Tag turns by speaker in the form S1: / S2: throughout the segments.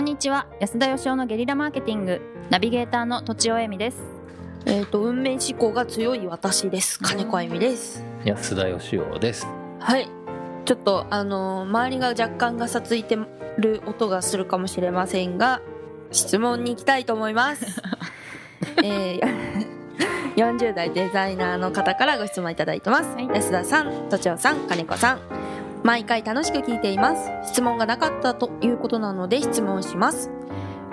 S1: にちは安田義雄のゲリラマーケティングナビゲーターの土地尾恵美です
S2: えっ、と運命志向が強い私です金子あゆみです
S3: 安田義雄です。
S2: はいちょっとあのー周りが若干がさついてる音がするかもしれませんが質問に行きたいと思 いますえー、40代デザイナーの方からご質問いただいてます、
S1: はい
S2: 安田さんとちおさん金子さん毎回楽しく聞いています質問がなかったということなので質問します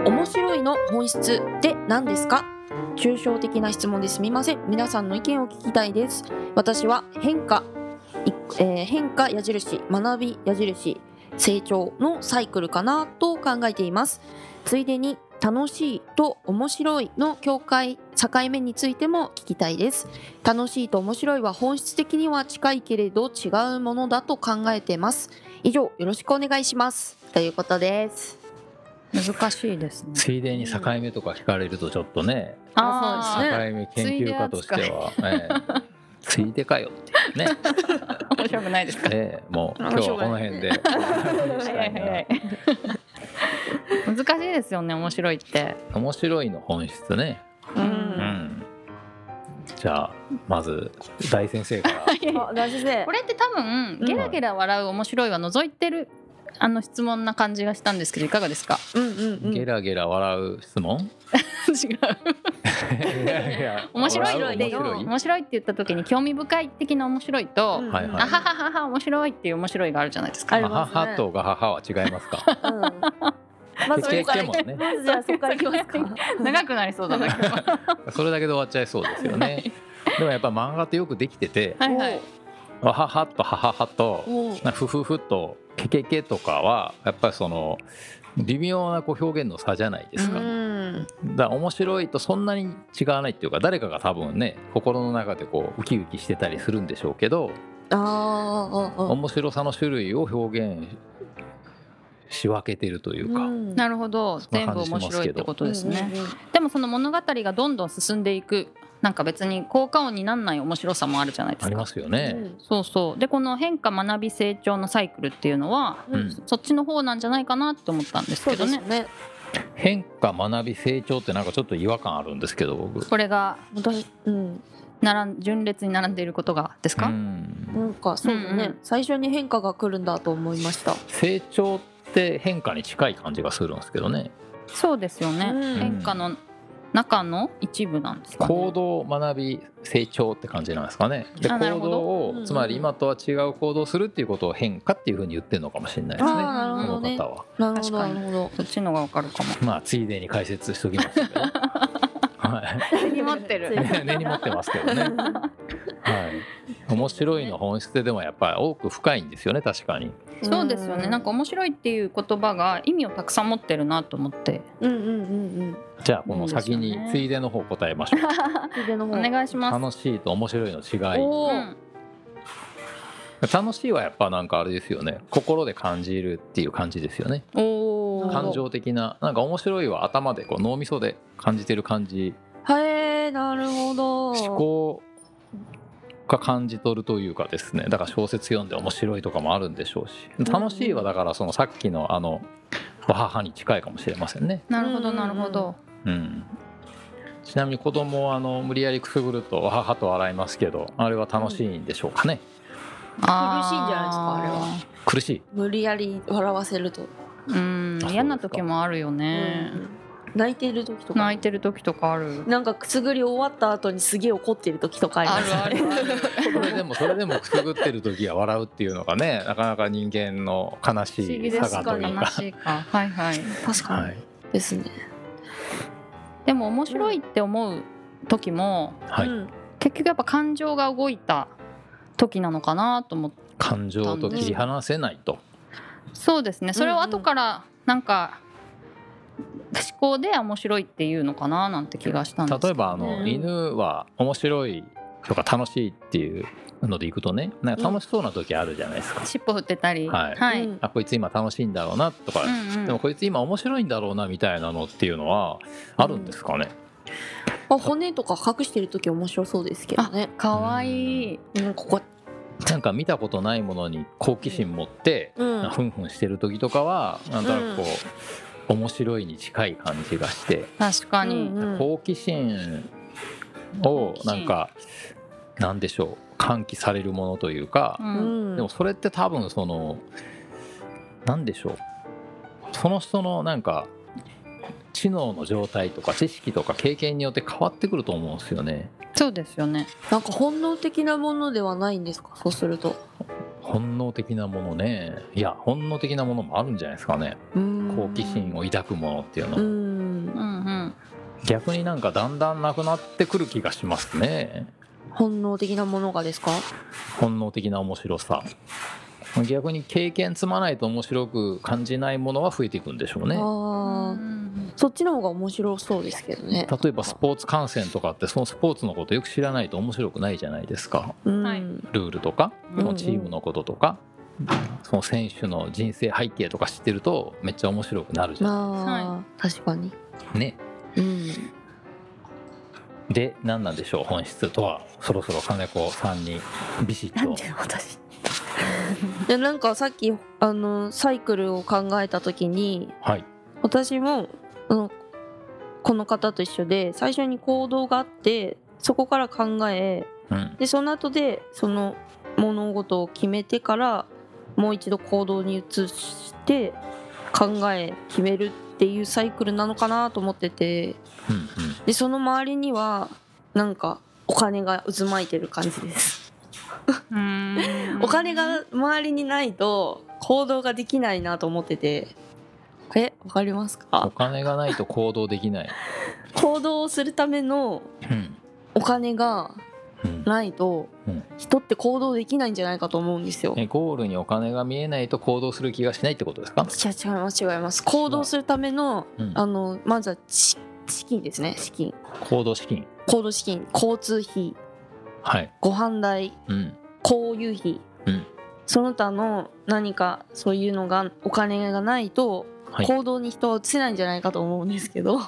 S2: 面白いの本質って何ですか抽象的な質問ですみません皆さんの意見を聞きたいです私は変化、いえー変化矢印学び矢印成長のサイクルかなと考えていますついでに楽しいと面白いの境界境目についても聞きたいです楽しいと面白いは本質的には近いけれど違うものだと考えてます以上よろしくお願いしますということです
S1: 難しい ですね
S3: ついでに境目とか聞かれるとちょっとね、
S2: あ
S3: 境
S2: そうですね
S3: 目研究家としては、ええついでかよっていうね、
S1: 面白くないですか
S3: ええもう今日はこの辺で。
S1: 早い早い難しいですよね面白いって
S3: 面白いの本質ね。
S2: う
S3: うんん。じゃあまず大先生から。
S2: あ大先生
S1: これって多分ゲラゲラ笑う面白いは覗いてるあの質問な感じがしたんですけどいかがですか
S2: うんうんう
S3: ゲ
S2: ん
S3: ラゲラ笑う質問
S1: 違う面白い
S3: 面白い
S1: 面白いって言った時に興味深い的な面白いと、
S2: うん
S3: はいはい
S1: あはははは面白いっていう面白いがあるじゃないですか
S2: あり
S3: あは
S2: ますね
S3: はとがははは違いますか。
S2: うんまず そ
S3: 経
S2: こから行
S3: 験も
S2: き
S3: ね。
S2: まずじゃあそこからいきますか
S1: 長くなりそうだな今日
S3: それだけで終わっちゃいそうですよね。でもやっぱ漫画ってよくできてて、
S1: はいはい
S3: わははとはははと、
S2: おう
S3: なふふふとけけけとかはやっぱりその微妙なこう表現の差じゃないですか。
S1: う
S2: うん
S3: だから面白いとそんなに違わないっていうか誰かが多分ね心の中でこうウキウキしてたりするんでしょうけど、
S2: あーあーあー
S3: 面白さの種類を表現し分けてるというか、
S2: うん
S1: なるほど
S3: んな
S1: 全
S3: 感
S1: 部
S3: じしますけど
S1: 面白いってことですね、
S2: うんうんうん
S1: でもその物語がどんどん進んでいくなんか別に効果音になんない面白さもあるじゃないですか
S3: ありますよね。
S1: そうそうでこの変化学び成長のサイクルっていうのは
S2: うん
S3: うん
S1: そっちの方なんじゃないかなと思ったんです
S2: そ
S1: け
S2: う
S1: ど
S2: です
S1: ね
S2: ね。
S3: 変化学び成長ってなんかちょっと違和感あるんですけど僕。
S1: これが
S2: 私、うん、
S1: 並ん順列に並んでいることがですか、
S3: うん
S2: なんかそうだね、
S1: うんうん
S2: 最初に変化が来るんだと思いました。
S3: 成長って変化に近い感じがするんですけどね
S1: そうですよね、
S2: うん
S1: 変化の中の一部なんですか、ね、
S3: 行動学び成長って感じなんですかねで
S1: あなる
S3: 行
S1: ほど
S3: 動
S2: うんう
S3: を
S2: ん
S3: つまり今とは違う行動をするっていうことを変化っていうふうに言ってるのかもしれないですね
S2: あ
S1: ー
S3: こ
S1: なるほ
S3: の
S2: どね
S3: 方は
S2: なるほ
S1: 確
S2: ど、
S1: か
S2: な
S1: に
S2: るほど。
S1: そっちのがわかるかも
S3: まあついでに解説しときますけ どはい
S1: 手に持ってる
S3: 根に持ってますけどねはい面白いの本質ででもやっぱり多く深いんですよね確かに
S1: そうですよねなんか、面白いっていう言葉が意味をたくさん持ってるなと思って
S2: うんうんうん
S3: じゃあこの先
S1: いいです
S3: に
S1: よね
S3: ついでの方答えましょう
S2: うん。ついでの
S1: お
S2: 方
S1: 願いします、
S3: 楽しいと面白いの違い
S2: おお、
S1: うん
S3: 楽しいはやっぱなんかあれですよね心で感じるっていう感じですよね
S1: おー
S2: なるほ
S3: 感
S2: ど
S3: 情的ななんか面白いは頭でこう脳みそで感じてる感じ
S2: はい、なるほど。
S3: 思考が感じ取るというかですねだから小説読んで面白いとかもあるんでしょうし楽しいはだからそのさっきのあのわははに近いかもしれませんね、
S1: なるほどなるほど、
S3: うん、ちなみに子供はあの無理やりくすぐるとわははと笑いますけどあれは楽しいんでしょうかね
S1: あー
S2: 苦しいんじゃないですかあれは
S3: 苦しい
S2: 無理やり笑わせると、
S1: うん
S3: あ
S1: 嫌な
S3: そうですか
S1: 時もあるよね、
S2: うん泣いてる時とか、
S1: 泣いてる時とかある
S2: なんかくすぐり終わった後にすげえ怒ってる時とかありますね。
S1: るある
S3: それでもそれでも くすぐってる時は笑うっていうのがねなかなか人間の 悲
S1: 不思
S3: し
S1: 議
S3: い
S1: で
S3: さ
S1: す
S3: が
S1: か
S3: という
S1: 悲
S3: か。
S1: しいかはいはい
S2: 確かに、
S3: はい、
S2: ですね。
S1: でも面白いって思う時も
S3: はい
S2: うん
S1: 結局やっぱ感情が動いた時なのかなと思って
S3: 感情と切り離せないと、
S1: そうですねそれを後からなんか思考で面白いっていうのかななんて気がしたんですけど
S3: 例えばあの、
S2: うん
S3: 犬は面白いとか楽しいっていうのでいくとねなんか楽しそうな時あるじゃないですか、
S1: 尻尾振ってたり
S3: はい
S1: はい、
S2: うん
S3: あこいつ今楽しいんだろうなとか、
S1: うんうん
S3: でもこいつ今面白いんだろうなみたいなのっていうのはあるんですかね、
S2: まあ、骨とか隠してる時面白そうですけどね。
S1: かわいい
S2: うん、ここ。
S3: なんか見たことないものに好奇心持って、
S2: うん
S3: ふんふんしてる時とかはなんとなくこう、面白いに近い感じがして、
S1: 確かに、
S2: うんうん
S3: 好奇心をなんかなんでしょう喚起されるものというか、
S1: うん
S2: うん
S3: でもそれって多分そのなんでしょうその人のなんか知能の状態とか知識とか経験によって変わってくると思うんですよね
S1: そうですよね
S2: なんか本能的なものではないんですかそうすると
S3: 本能的なものねいや本能的なものもあるんじゃないですかね好
S2: 好
S3: 奇心を抱くものっていうの、
S2: うん
S1: うんうん
S3: 逆になんかだんだんなくなってくる気がしますね
S2: 本能的なものがですか
S3: 本能的な面白さ逆に経験積まないと面白く感じないものは増えていくんでしょうね
S2: あ
S1: う
S2: あ
S1: ん
S2: そっちの方が面白そうですけどね
S3: 例えばスポーツ観戦とかってそのスポーツのことよく知らないと面白くないじゃないですか
S2: うん
S1: はい
S3: ルールとか
S1: うん
S3: そのチームのこととか、その選手の人生背景とか知ってるとめっちゃ面白くなるじゃん、
S2: まあ確かに
S3: ね
S2: うん
S3: で何なんでしょう本質とはそろそろ金子さんにビシッと
S2: 私 でなんかさっきあのサイクルを考えた時に
S3: はい
S2: 私もあのこの方と一緒で最初に行動があってそこから考え
S3: うん
S2: でその後でその物事を決めてからもう一度行動に移して考え決めるっていうサイクルなのかなと思ってて
S3: うんうん
S2: でその周りにはなんかお金が渦巻いてる感じです
S1: うん
S2: お金が周りにないと行動ができないなと思っててえわかります
S3: お
S2: か
S3: 金がないと行動できない、
S2: 行動をするための
S3: うん
S2: お金が
S3: うん
S2: ないと
S3: うん
S2: 人って行動できないんじゃないかと思うんですよ。
S3: えゴールにお金が見えないと行動する気がしないってことですか、
S2: 違う違います違います行動するための
S3: うん
S2: あのまずはち資金ですね資金
S3: 行動資金
S2: 行動資金交通費
S3: はい
S2: ご飯代
S3: うん
S2: 交友費、
S3: うん
S2: その他の何かそういうのがお金がないと
S3: はい
S2: 行動に人は移せないんじゃないかと思うんですけ ど、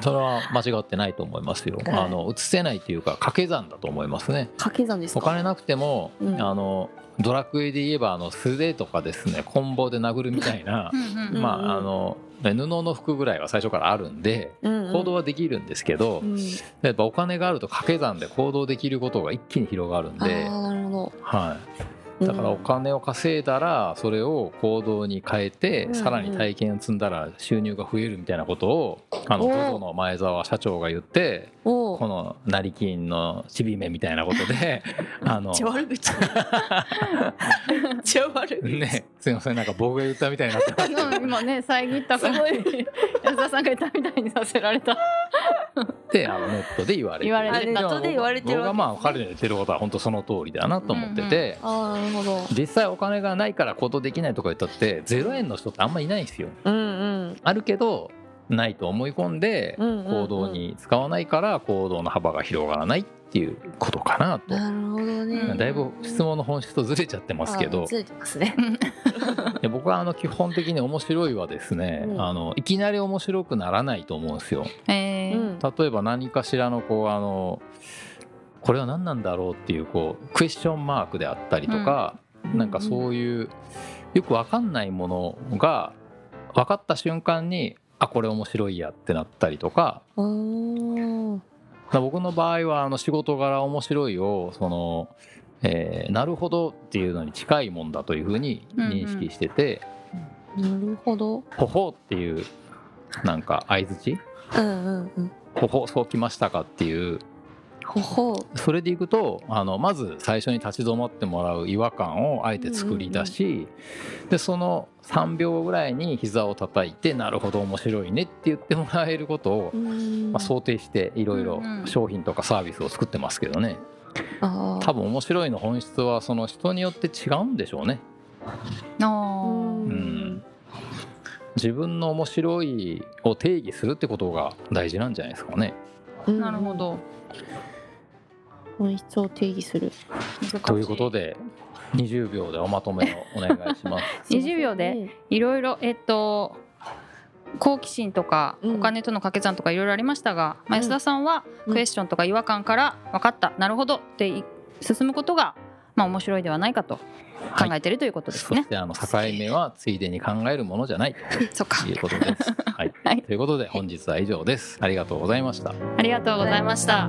S3: それは間違ってないと思いますよ。
S2: はい
S3: あの移せないというか掛け算だと思いますね。
S2: 掛け算です
S3: お
S2: か
S3: 金なくても、
S2: うん
S3: あのドラクエで言えばあの素手とかですね棍棒で殴るみたいな
S1: う、んうん
S3: ま
S2: うんうん
S3: ああの布の服ぐらいは最初からあるんで。
S2: うんうん
S3: 行動はできるんですけど、
S2: うん
S3: やっぱお金があると掛け算で行動できることが一気に広がるん
S2: あ
S3: で、
S2: ーなるほ
S3: は
S2: ど
S3: い、だからお金を稼いだらそれを行動に変えて、
S2: うん
S3: さらに体験を積んだら収入が増えるみたいなことをあの
S2: お
S3: ゾ
S2: ー
S3: ゾの前澤社長が言って
S2: うんお
S3: こ
S2: ー
S3: の成金のちびめみたいなこ とであ
S2: め
S3: の
S2: っちゃ悪 口めっちゃ悪口
S3: ねすいませんなんか僕が言ったみたいになってますけど
S1: うん今ね遮ったから安田さんが言ったみたいにさせられた
S3: であのネットで言われて
S1: 言われてた
S3: も
S2: ネットで言われてるわけ
S3: 僕がまあ彼の言ってることは本当その通りだなと思ってて、
S2: ああなるほど
S3: 実際お金がないから行動できないとか言ったって0円の人ってあんまいないんですよ
S2: うんうん
S3: あるけどないと思い込んで
S2: うんうんうん
S3: 行動に使わないから行動の幅が広がらないっていうことかなと、
S2: なるほど
S1: う
S2: ね
S1: ん
S3: だいぶ質問の本質とずれちゃってますけ
S2: あ
S3: ど
S2: ーずれてますね
S3: で僕はあの基本的に面白いはですね、
S2: うん
S3: あのいきなり面白くならないと思うんですよ。
S1: えー
S2: うん
S3: 例えば何かしらのこうあのこれは何なんだろうっていうこうクエスチョンマークであったりとか、なんかそういうよく分かんないものが分かった瞬間にあこれ面白いやってなったりとか
S2: あー
S3: だから僕の場合はあの仕事柄面白いをその、えーなるほどっていうのに近いもんだというふうに認識してて。
S2: なるほど
S3: ほほっていうなんか相づち
S2: うんうんうん
S3: ほほそうきましたかっていう
S2: ほほ
S3: それでいくとあのまず最初に立ち止まってもらう違和感をあえて作り出し、でその3秒ぐらいに膝を叩いてなるほど面白いねって言ってもらえることを、まあ、想定していろいろ
S1: うんうん
S3: 商品とかサービスを作ってますけどね
S2: あ
S3: 多分面白いの本質はその人によって違うんでしょうね。
S1: あ
S3: う
S2: うん
S3: ん自分の面白いを定義するってことが大事なんじゃないですかね。
S2: 多
S1: ーなるほど
S2: 本質を定義する
S1: 難し
S3: ということで20秒でおまとめをお願いします。
S1: 20秒でいろいろえっと好奇心とか
S2: うん
S1: お金との掛け算とかいろいろありましたが、まあ
S2: うん
S1: 安田さんは
S2: うん
S1: クエスチョンとか違和感から分かった、なるほどってい進むことが
S2: まあ、面白いではないかと考えてるということです
S3: そ
S2: ね
S3: し。てあの境目はついでに考えるものじゃない
S2: そっか
S3: ということです。はい
S2: はい、
S3: ということで本日は以上です。ありがとうございました。
S2: ありがとうございました。